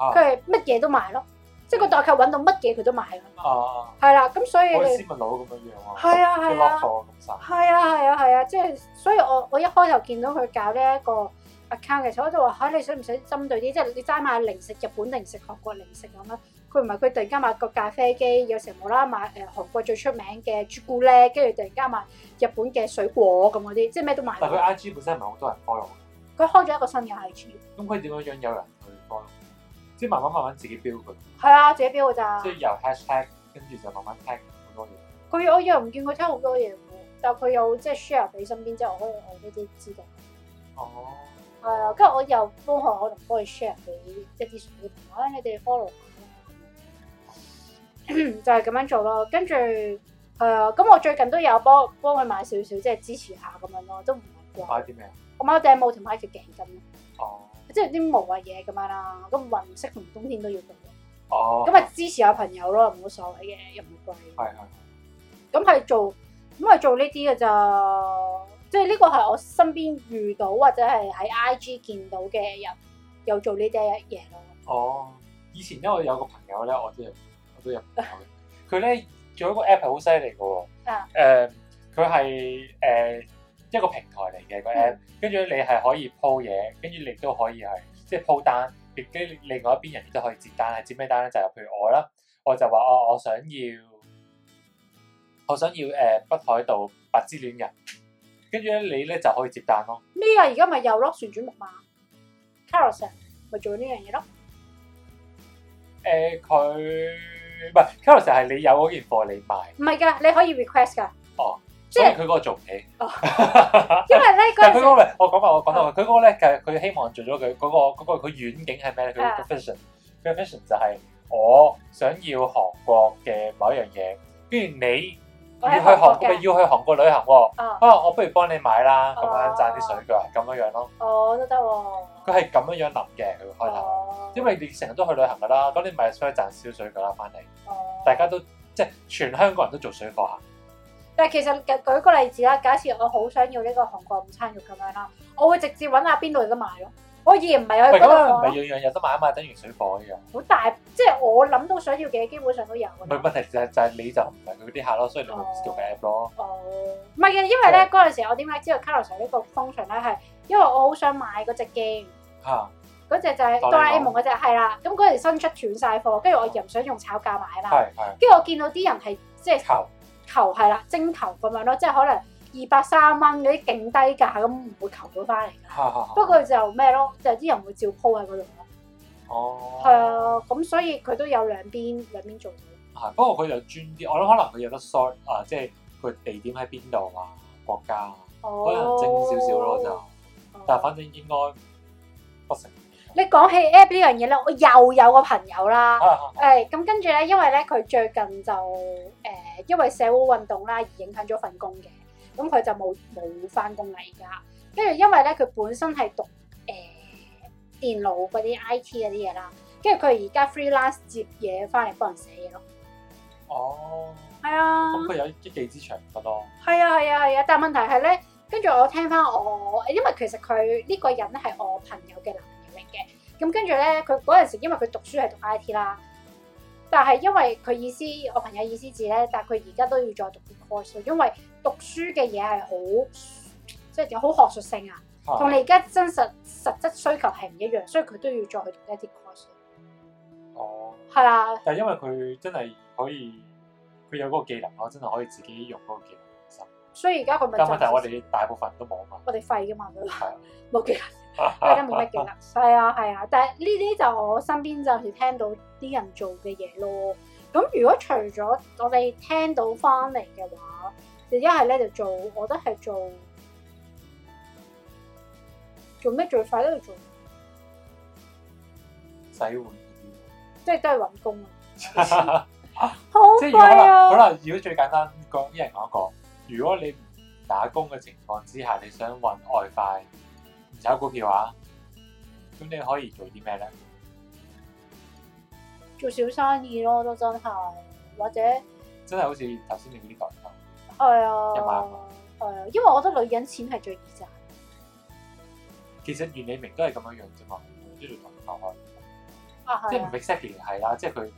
Speaker 1: 啊
Speaker 2: 佢係乜嘢都買咯，即係個代購揾到乜嘢佢都買咯，
Speaker 1: 啊！
Speaker 2: 哦係啦，咁所以
Speaker 1: 我
Speaker 2: 你
Speaker 1: 斯文佬咁樣樣啊，
Speaker 2: 係啊
Speaker 1: 佢
Speaker 2: 係
Speaker 1: lock
Speaker 2: 啊
Speaker 1: 咗我咁曬，
Speaker 2: 係啊係啊係啊，即係所以我我一開頭見到佢搞呢一個 account 嘅時候，我就話嚇、你使唔使針對啲，即係你齋買零食、日本零食、韓國零食咁啦。佢唔係佢突然間買個咖啡機，有時無啦啦買誒韓國最出名嘅朱古力，跟住突然間買日本嘅水果咁嗰啲，即係咩都買
Speaker 1: 但
Speaker 2: 喎。
Speaker 1: 佢 IG 本身唔係好多人 follow 嘅
Speaker 2: 佢開咗一個新嘅 IG，
Speaker 1: 咁佢點樣樣有人去 follow？即係慢慢慢慢自己 build 佢，
Speaker 2: 係啊，自己標㗎咋
Speaker 1: 即。係由 hashtag 跟住就慢慢 tag 好多嘢。
Speaker 2: 佢我又唔見佢聽好多嘢喎，但佢又即係 share 俾身邊之後，我可以我呢啲知道。
Speaker 1: 哦，
Speaker 2: 係啊，跟住我又幫佢可能幫佢 share 俾一啲熟嘅朋友，啊你哋 follow 佢啦 就係咁樣做咯。跟住係啊，咁我最近都有幫幫佢買少少，即係支持下咁樣咯，都唔係
Speaker 1: 買
Speaker 2: 貴。
Speaker 1: 啲咩啊？
Speaker 2: 我買咗頂帽同埋一條頸巾，
Speaker 1: 哦，
Speaker 2: 啊即係啲無謂嘢咁樣啦。咁雲唔適逢冬天都要做嘅，
Speaker 1: 哦，
Speaker 2: 咁咪啊支持下朋友咯，冇所謂嘅，又唔貴。
Speaker 1: 係係
Speaker 2: 咁係做咁係做呢啲嘅咋，即係呢個係我身邊遇到或者係喺 IG 見到嘅人有做呢啲嘢咯。
Speaker 1: 哦，以前咧我有個朋友咧，我都有我都有朋友嘅，佢咧做一個 app 係好犀利嘅喎。
Speaker 2: 啊
Speaker 1: 誒，佢係誒一個平台嚟嘅個 app，跟住你係可以 po 嘢，跟住你都可以係即係 po 單，亦跟另外一邊人亦都可以接單。係接咩單咧？就係譬如我啦，我就話哦，我想要我想要誒北海道白之戀人，跟住咧你咧就可以接單咯。
Speaker 2: 咩啊？而家咪有咯，旋轉木馬 Carousel 咪做呢樣嘢咯。
Speaker 1: 誒佢唔係 Carousel 係你有嗰件貨你賣。
Speaker 2: 唔係㗎，你可以 request 㗎。
Speaker 1: 哦，
Speaker 2: 即
Speaker 1: 所以
Speaker 2: 係
Speaker 1: 佢嗰個做唔起。
Speaker 2: 哦因
Speaker 1: 但
Speaker 2: 為咧嗰
Speaker 1: 係佢嗰
Speaker 2: 陣
Speaker 1: 個我講埋我講埋佢嗰個咧，佢佢希望做咗佢嗰個嗰個佢遠景係咩咧？佢
Speaker 2: 啊
Speaker 1: 嘅 vision，佢嘅 vision 就係我想要韓國嘅某一樣嘢，跟住你
Speaker 2: 我
Speaker 1: 要
Speaker 2: 喺
Speaker 1: 去
Speaker 2: 韓
Speaker 1: 韓
Speaker 2: 國
Speaker 1: 國，要
Speaker 2: 嘅，
Speaker 1: 去韓國旅行喎。
Speaker 2: 啊
Speaker 1: 啊，我不如幫你買啦，咁
Speaker 2: 哦
Speaker 1: 樣賺啲水腳咁樣樣咯。
Speaker 2: 我哦都得喎。
Speaker 1: 佢係咁樣樣諗嘅，佢開頭，
Speaker 2: 哦
Speaker 1: 因為你成日都去旅行噶啦，咁你咪想賺少水腳啦，翻嚟
Speaker 2: 哦
Speaker 1: 大家都即係全香港人都做水貨啊客。
Speaker 2: 但係其實舉舉個例子啦，假設我好想要呢個韓國午餐肉咁樣啦，我會直接揾下邊度有得賣咯。我而唔係
Speaker 1: 唔係
Speaker 2: 去嗰
Speaker 1: 咁
Speaker 2: 度
Speaker 1: 樣唔
Speaker 2: 放
Speaker 1: 係
Speaker 2: 咯
Speaker 1: 樣樣有得買啊嘛，等於水貨一樣。
Speaker 2: 好大，即係我諗到想要嘅基本上都有㗎
Speaker 1: 唔
Speaker 2: 啦
Speaker 1: 係問題就係就係你就唔係佢啲客咯，所以你咪唔知道嘅 app 咯。
Speaker 2: 哦，唔係嘅，因為咧嗰陣時我點解知道 Carousel 呢個 function 咧係因為我好想買嗰只 game，
Speaker 1: 嚇
Speaker 2: 嗰只就係哆啦 A 夢嗰只係啦。咁嗰陣時新出斷晒貨，跟住我又唔想用炒價買嘛，
Speaker 1: 係係
Speaker 2: 跟住我見到啲人係即係
Speaker 1: 求
Speaker 2: 求係啦，徵求咁樣咯，即係可能二百三蚊嗰啲勁低價咁唔會求到翻嚟
Speaker 1: 嚇
Speaker 2: 㗎。
Speaker 1: 嚇
Speaker 2: 不過就咩咯，就啲人會照鋪喺嗰度咯。
Speaker 1: 哦
Speaker 2: 係啊，咁所以佢都有兩邊兩邊做到。
Speaker 1: 係不過佢就專啲，我諗可能佢有得 sort 啊，即係佢地點喺邊度啊，國家啊可能
Speaker 2: 哦，
Speaker 1: 精少少咯就，但係反正應該不成。
Speaker 2: 你講起 app 呢樣嘢咧，我又有個朋友啦。
Speaker 1: 啊
Speaker 2: 誒咁跟住咧，因為咧佢最近就誒、因為社會運動啦而影響咗份工嘅，咁佢就冇冇翻工啦而家。跟住因為咧佢本身係讀誒、電腦嗰啲 I T 嗰啲嘢啦，跟住佢而家 freelance 接嘢翻嚟幫人寫嘢咯。
Speaker 1: 哦，
Speaker 2: 係啊
Speaker 1: 咁佢有一技之長得咯。
Speaker 2: 係啊，係啊，係啊，但問題係咧，跟住我聽翻我，因為其實佢呢個人咧係我朋友嘅男友嚟嘅，咁跟住咧佢嗰陣時因為佢讀書係讀 I T 啦，但係因為佢意思，我朋友意思指咧，但係佢而家都要再讀啲 course，因為讀書嘅嘢係好即係有好學術性啊，
Speaker 1: 嚇
Speaker 2: 同你而家真實實質需求係唔一樣，所以佢都要再去讀一啲 course。
Speaker 1: 哦，
Speaker 2: 係啊，
Speaker 1: 但係因為佢真係可以，佢有嗰個技能咯，真係可以自己用嗰個技能嚟生。
Speaker 2: 所以而家佢咪
Speaker 1: 但
Speaker 2: 就
Speaker 1: 係問題我哋大部分人都冇啊嘛。
Speaker 2: 我哋廢㗎嘛，
Speaker 1: 係啊
Speaker 2: 冇技能大家冇乜技能。係啊係啊，但係呢啲就我身邊暫時聽到啲人做嘅嘢咯。咁如果除咗我哋聽到翻嚟嘅話，就一係咧就做，我覺得係做做咩最快都要做，
Speaker 1: 洗碗 嗰
Speaker 2: 即係都係揾工啊！
Speaker 1: 啲，
Speaker 2: 好
Speaker 1: 即係如
Speaker 2: 貴
Speaker 1: 果啦，好
Speaker 2: 啊！
Speaker 1: 啦，如果最簡單講，一人講一個，如果你唔打工嘅情況之下，你想揾外快，唔炒股票啊，咁你可以做啲咩咧？
Speaker 2: 做小生意咯，都真係，或者
Speaker 1: 真係好似頭先你嗰啲代購，
Speaker 2: 係
Speaker 1: 一萬
Speaker 2: 啊
Speaker 1: 蚊，
Speaker 2: 係啊，因為我覺得女人錢係最易賺。
Speaker 1: 其實袁李明都係咁樣樣啫嘛，一路代購開，
Speaker 2: 啊
Speaker 1: 即
Speaker 2: 係
Speaker 1: 係唔
Speaker 2: 啊
Speaker 1: exactly 係啦，即係佢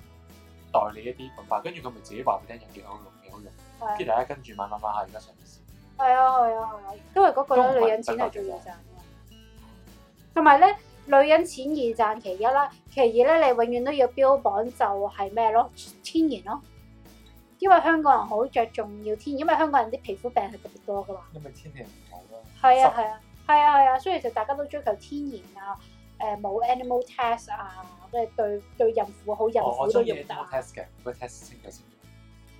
Speaker 1: 代理一啲品牌，跟住佢咪自己話俾你聽有幾好用，幾好用，
Speaker 2: 係啊
Speaker 1: 跟住大家跟住慢慢慢下，而家上市。
Speaker 2: 係啊係啊係啊，因為嗰個
Speaker 1: 都唔係
Speaker 2: 咧女人錢係最易賺嘅，同埋咧女人錢易賺其一啦，其二咧你永遠都要標榜就係咩咯，天然咯，因為香港人好着重要天然，因為香港人啲皮膚病係特別多噶嘛，
Speaker 1: 因為天氣唔好啦，
Speaker 2: 係啊
Speaker 1: 濕
Speaker 2: 係啊係啊係啊，所以就大家都追求天然啊，誒、冇 animal test 啊，即係對對孕婦好，孕
Speaker 1: 哦我我
Speaker 2: 婦都
Speaker 1: 中意
Speaker 2: 用得
Speaker 1: animal
Speaker 2: 啊，
Speaker 1: test 嘅，個 test 清佢先。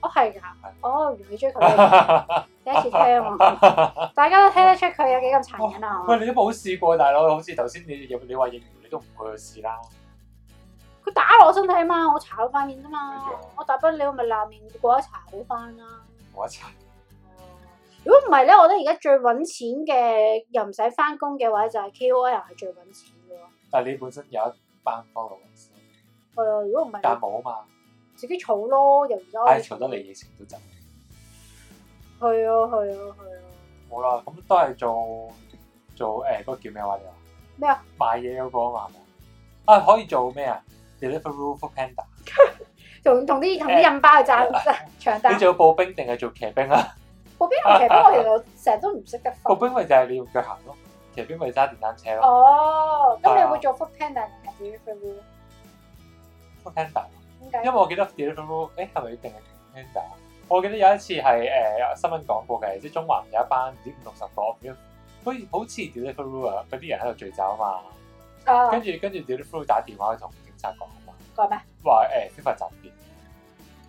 Speaker 2: 哦係㗎
Speaker 1: 係，
Speaker 2: 哦原來你追求呢樣嘢 第一次聽喎，大家都聽得出佢有幾咁殘 忍啊！
Speaker 1: 喂，你都冇試過，大佬，好似頭先你有你話疫苗，你都唔會去試啦。
Speaker 2: 佢打落我身體啊嘛，我搽好塊面啫嘛
Speaker 1: 哎呀，
Speaker 2: 我大不了咪爛面過一搽好翻啦。
Speaker 1: 冇一齊，
Speaker 2: 如果唔係咧，我覺得而家最揾錢嘅又唔使翻工嘅話，就係 KOL 係最揾錢嘅咯。
Speaker 1: 但係你本身有一班 followers，
Speaker 2: 係啊，如果唔
Speaker 1: 但
Speaker 2: 係
Speaker 1: 冇啊嘛，
Speaker 2: 自己儲咯，又唔
Speaker 1: 唉，
Speaker 2: 多。
Speaker 1: 除得你疫情都走。
Speaker 2: 係啊，係啊，係啊。
Speaker 1: 冇啦，咁都係做做誒嗰個叫咩話你話
Speaker 2: 咩啊？
Speaker 1: 賣嘢嗰個啊嘛，啊可以做咩啊？Deliveroo for Panda，
Speaker 2: 同同啲同啲印 巴去爭長
Speaker 1: 你
Speaker 2: 單。
Speaker 1: 做步兵定係做騎兵啊？
Speaker 2: 步兵同騎兵，我其實我成日都唔識得
Speaker 1: 步
Speaker 2: 分。
Speaker 1: 兵咪就係你用腳行咯，騎兵咪揸電單車咯。
Speaker 2: 哦，咁
Speaker 1: 係
Speaker 2: 你
Speaker 1: 啊
Speaker 2: 會做 foot panda 定係 d e l i v e r o
Speaker 1: for Panda，
Speaker 2: 點解
Speaker 1: 因為？我記得 Deliveroo，誒係咪定係 Panda？我記得有一次係誒、新聞講過嘅，即係中環有一班唔知五六十個，唔知好似好似 Deliveroo 啊嗰啲人喺度聚集啊嘛，
Speaker 2: 啊，
Speaker 1: 跟住跟住 Deliveroo 打電話去同警察講啊嘛，
Speaker 2: 講咩？
Speaker 1: 話誒非法集結，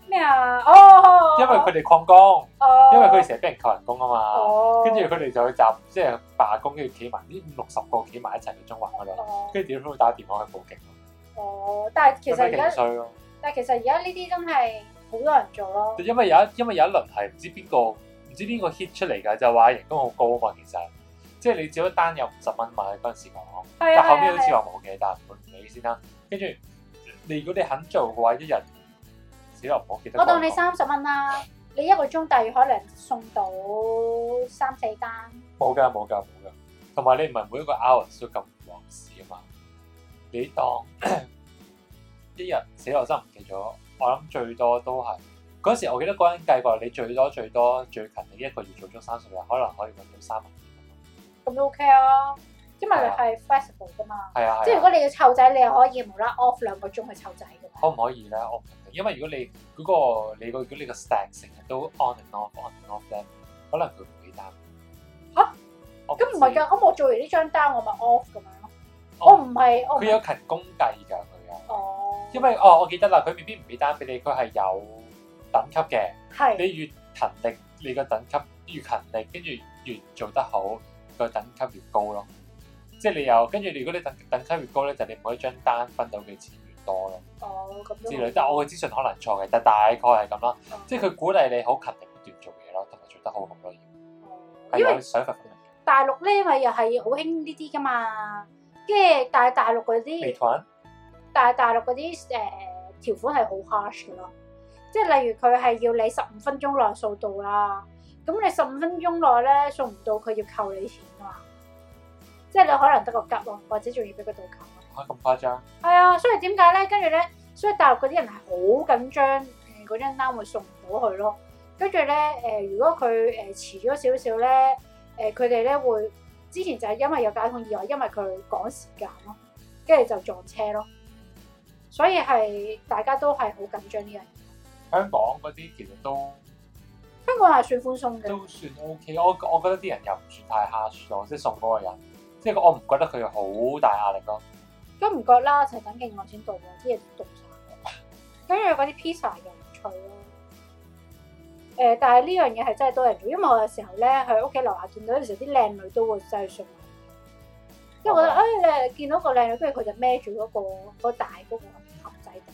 Speaker 2: 咩啊？哦，
Speaker 1: 因為佢哋曠工。
Speaker 2: 哦，
Speaker 1: 因為佢哋成日俾人扣人工啊嘛，
Speaker 2: 哦，
Speaker 1: 跟住佢哋就去集即係罷工，跟住企埋呢五六十個企埋一齊去中環嗰度，
Speaker 2: 哦
Speaker 1: 跟住點都打電話去報警咯，
Speaker 2: 哦，但係其實
Speaker 1: 咁
Speaker 2: 而
Speaker 1: 咪勁
Speaker 2: 家，
Speaker 1: 衰咯。
Speaker 2: 但係其實而家呢啲真係好多人做咯。
Speaker 1: 因為有一因為有一輪係唔知邊個唔知邊個 hit 出嚟㗎，就話人工好高啊嘛，其實即係你只要一單有五十蚊嘛，嗰陣時講，
Speaker 2: 係
Speaker 1: 但
Speaker 2: 啊，
Speaker 1: 後尾好似
Speaker 2: 係啊，
Speaker 1: 話冇嘅，但係唔理先啦。跟住你如果你肯做嘅話，一日少又唔好記得。
Speaker 2: 我當你三十蚊啦，你一個鐘大約可能送到三四單。
Speaker 1: 冇㗎冇㗎冇㗎，同埋你唔係每一個 hours 都咁旺市啊嘛。你當 一日死我真係唔記咗，我諗最多都係嗰時，我記得嗰陣計過，你最多最多最近你一個月做足三十日，可能可以揾到三萬二
Speaker 2: 咁都 OK 啊，因為你係 flexible 噶嘛。
Speaker 1: 蚊。係啊
Speaker 2: 即係
Speaker 1: 係
Speaker 2: 如
Speaker 1: 啊，
Speaker 2: 果你要湊仔，你又可以無啦 off 兩個鐘去湊仔㗎
Speaker 1: 可
Speaker 2: 嘛。
Speaker 1: 唔可以咧？我唔明，因為如果你嗰、個你個如果你個 stack 成日都 on and off on and off 咧，可能佢唔會單。
Speaker 2: 嚇
Speaker 1: 我知哦
Speaker 2: 咁唔係㗎，，咁我做完呢張單我咪 off 咁樣咯。我唔係，我唔
Speaker 1: 佢有勤工計㗎，佢有。
Speaker 2: 哦，
Speaker 1: 因為哦，我記得啦，佢未必唔俾單俾你，佢係有等級嘅。
Speaker 2: 係
Speaker 1: 你越勤力，你個等級越勤力，跟住越做得好，個等級越高咯。即係你有跟住，如果你等等級越高咧，就你每一張單分到嘅錢越多咯
Speaker 2: 哦咁都
Speaker 1: 之類。但係我嘅資訊可能錯嘅，但大概係咁啦。
Speaker 2: 哦
Speaker 1: 即係佢鼓勵你好勤力不斷做嘢咯，同埋做得好好咯。
Speaker 2: 哦
Speaker 1: 係
Speaker 2: 因為
Speaker 1: 有想法分明嘅。
Speaker 2: 大陸咧咪又係好興呢啲噶嘛，跟住但係大陸嗰
Speaker 1: 美
Speaker 2: 啲，
Speaker 1: 團
Speaker 2: 但係大陸嗰啲誒條款係好 harsh 嘅咯，即係例如佢係要你十五分鐘內掃到啦，咁你十五分鐘內咧掃唔到，佢要扣你錢啊嘛，即係你可能得個吉咯，或者仲要俾佢倒扣咯。
Speaker 1: 嚇咁誇張，
Speaker 2: 係啊，所以點解咧？跟住咧，所以大陸嗰啲人係好緊張，誒嗰張單會送唔到佢咯。跟住咧，誒、如果佢誒、遲咗少少咧，誒佢哋咧會之前就係因為有交通意外，因為佢趕時間咯，跟住就撞車咯。所以係大家都係好緊張呢樣嘢。
Speaker 1: 香港嗰啲其實都。
Speaker 2: 香港係算寬鬆嘅，
Speaker 1: 都算 OK，我我覺得啲人又唔算太 harsh 咯，即係送嗰個人，即係我唔覺得佢好大壓力咯。
Speaker 2: 咁唔覺啦，就係等勁耐先到喎，啲嘢都凍晒。跟住嗰啲 pizza 又唔脆咯。誒、但係呢樣嘢係真係多人做，因為我有時候咧去屋企樓下見到有時候啲靚女都會真係送我，因為我覺得誒、
Speaker 1: 哦
Speaker 2: 哎你見到個靚女，跟住佢就孭住嗰個嗰大嗰個盒仔度。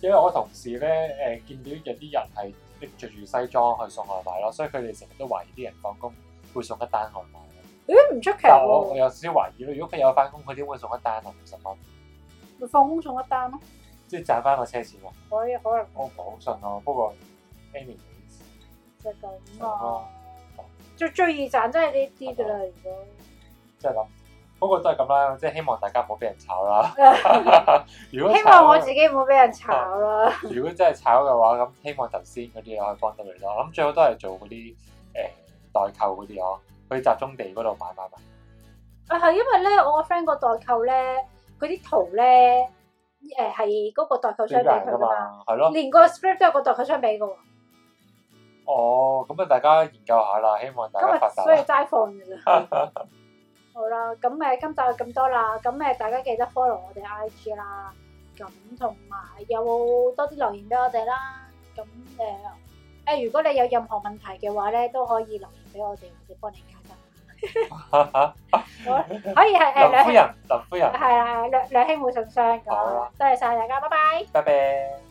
Speaker 1: 因為我同事咧誒、見到有啲人係拎着住西裝去送外賣咯，所以佢哋成日都懷疑啲人放工會送一單外賣咯。
Speaker 2: 咦唔出奇
Speaker 1: 但係我我
Speaker 2: 喎，
Speaker 1: 啊有少少懷疑咯，如果佢有翻工，佢點會送一單啊五十蚊？
Speaker 2: 咪放工送一單咯。
Speaker 1: 即係賺翻個車錢啊！
Speaker 2: 可以可能
Speaker 1: 我唔係好信咯，不過 anyway
Speaker 2: 就咁
Speaker 1: 係
Speaker 2: 啊
Speaker 1: 咯，
Speaker 2: 最最易賺真係呢啲噶啦，如果
Speaker 1: 即係諗，不過都係咁啦，即係希望大家唔好俾人炒 啦。如果
Speaker 2: 希望我
Speaker 1: 炒啊
Speaker 2: 自，己唔好俾人炒啦。
Speaker 1: 如果真係炒嘅話，咁希望頭先嗰啲嘢可以幫到你咯。我諗最好都係做嗰啲誒代購嗰啲咯，去集中地嗰度買買買。
Speaker 2: 啊，係因為咧，我個 friend 個代購咧，嗰啲圖咧，誒係嗰個代購商
Speaker 1: 最
Speaker 2: 俾
Speaker 1: 難
Speaker 2: 佢
Speaker 1: 㗎
Speaker 2: 噶嘛，
Speaker 1: 嘛，係咯。
Speaker 2: 連個 script 都有個代購商俾噶喎，
Speaker 1: 哦，咁啊，大家研究下啦，希望大
Speaker 2: 今
Speaker 1: 家發
Speaker 2: 日
Speaker 1: 達
Speaker 2: 所以
Speaker 1: 啦。
Speaker 2: 齋放㗎咋。 好啦，咁誒今集就咁多啦，咁誒大家記得 follow 我哋 IG 啦，咁同埋有多啲留言俾我哋啦，咁誒誒如果你有任何問題嘅話咧，都可以留言俾我哋，我哋幫你解 答。好可以呃係誒
Speaker 1: 林
Speaker 2: 兩
Speaker 1: 夫
Speaker 2: 兄
Speaker 1: 人，林夫人，
Speaker 2: 係啊兩兩兄妹信箱
Speaker 1: 好
Speaker 2: 咁
Speaker 1: 啦，
Speaker 2: 多謝晒大家，拜拜。
Speaker 1: 拜拜。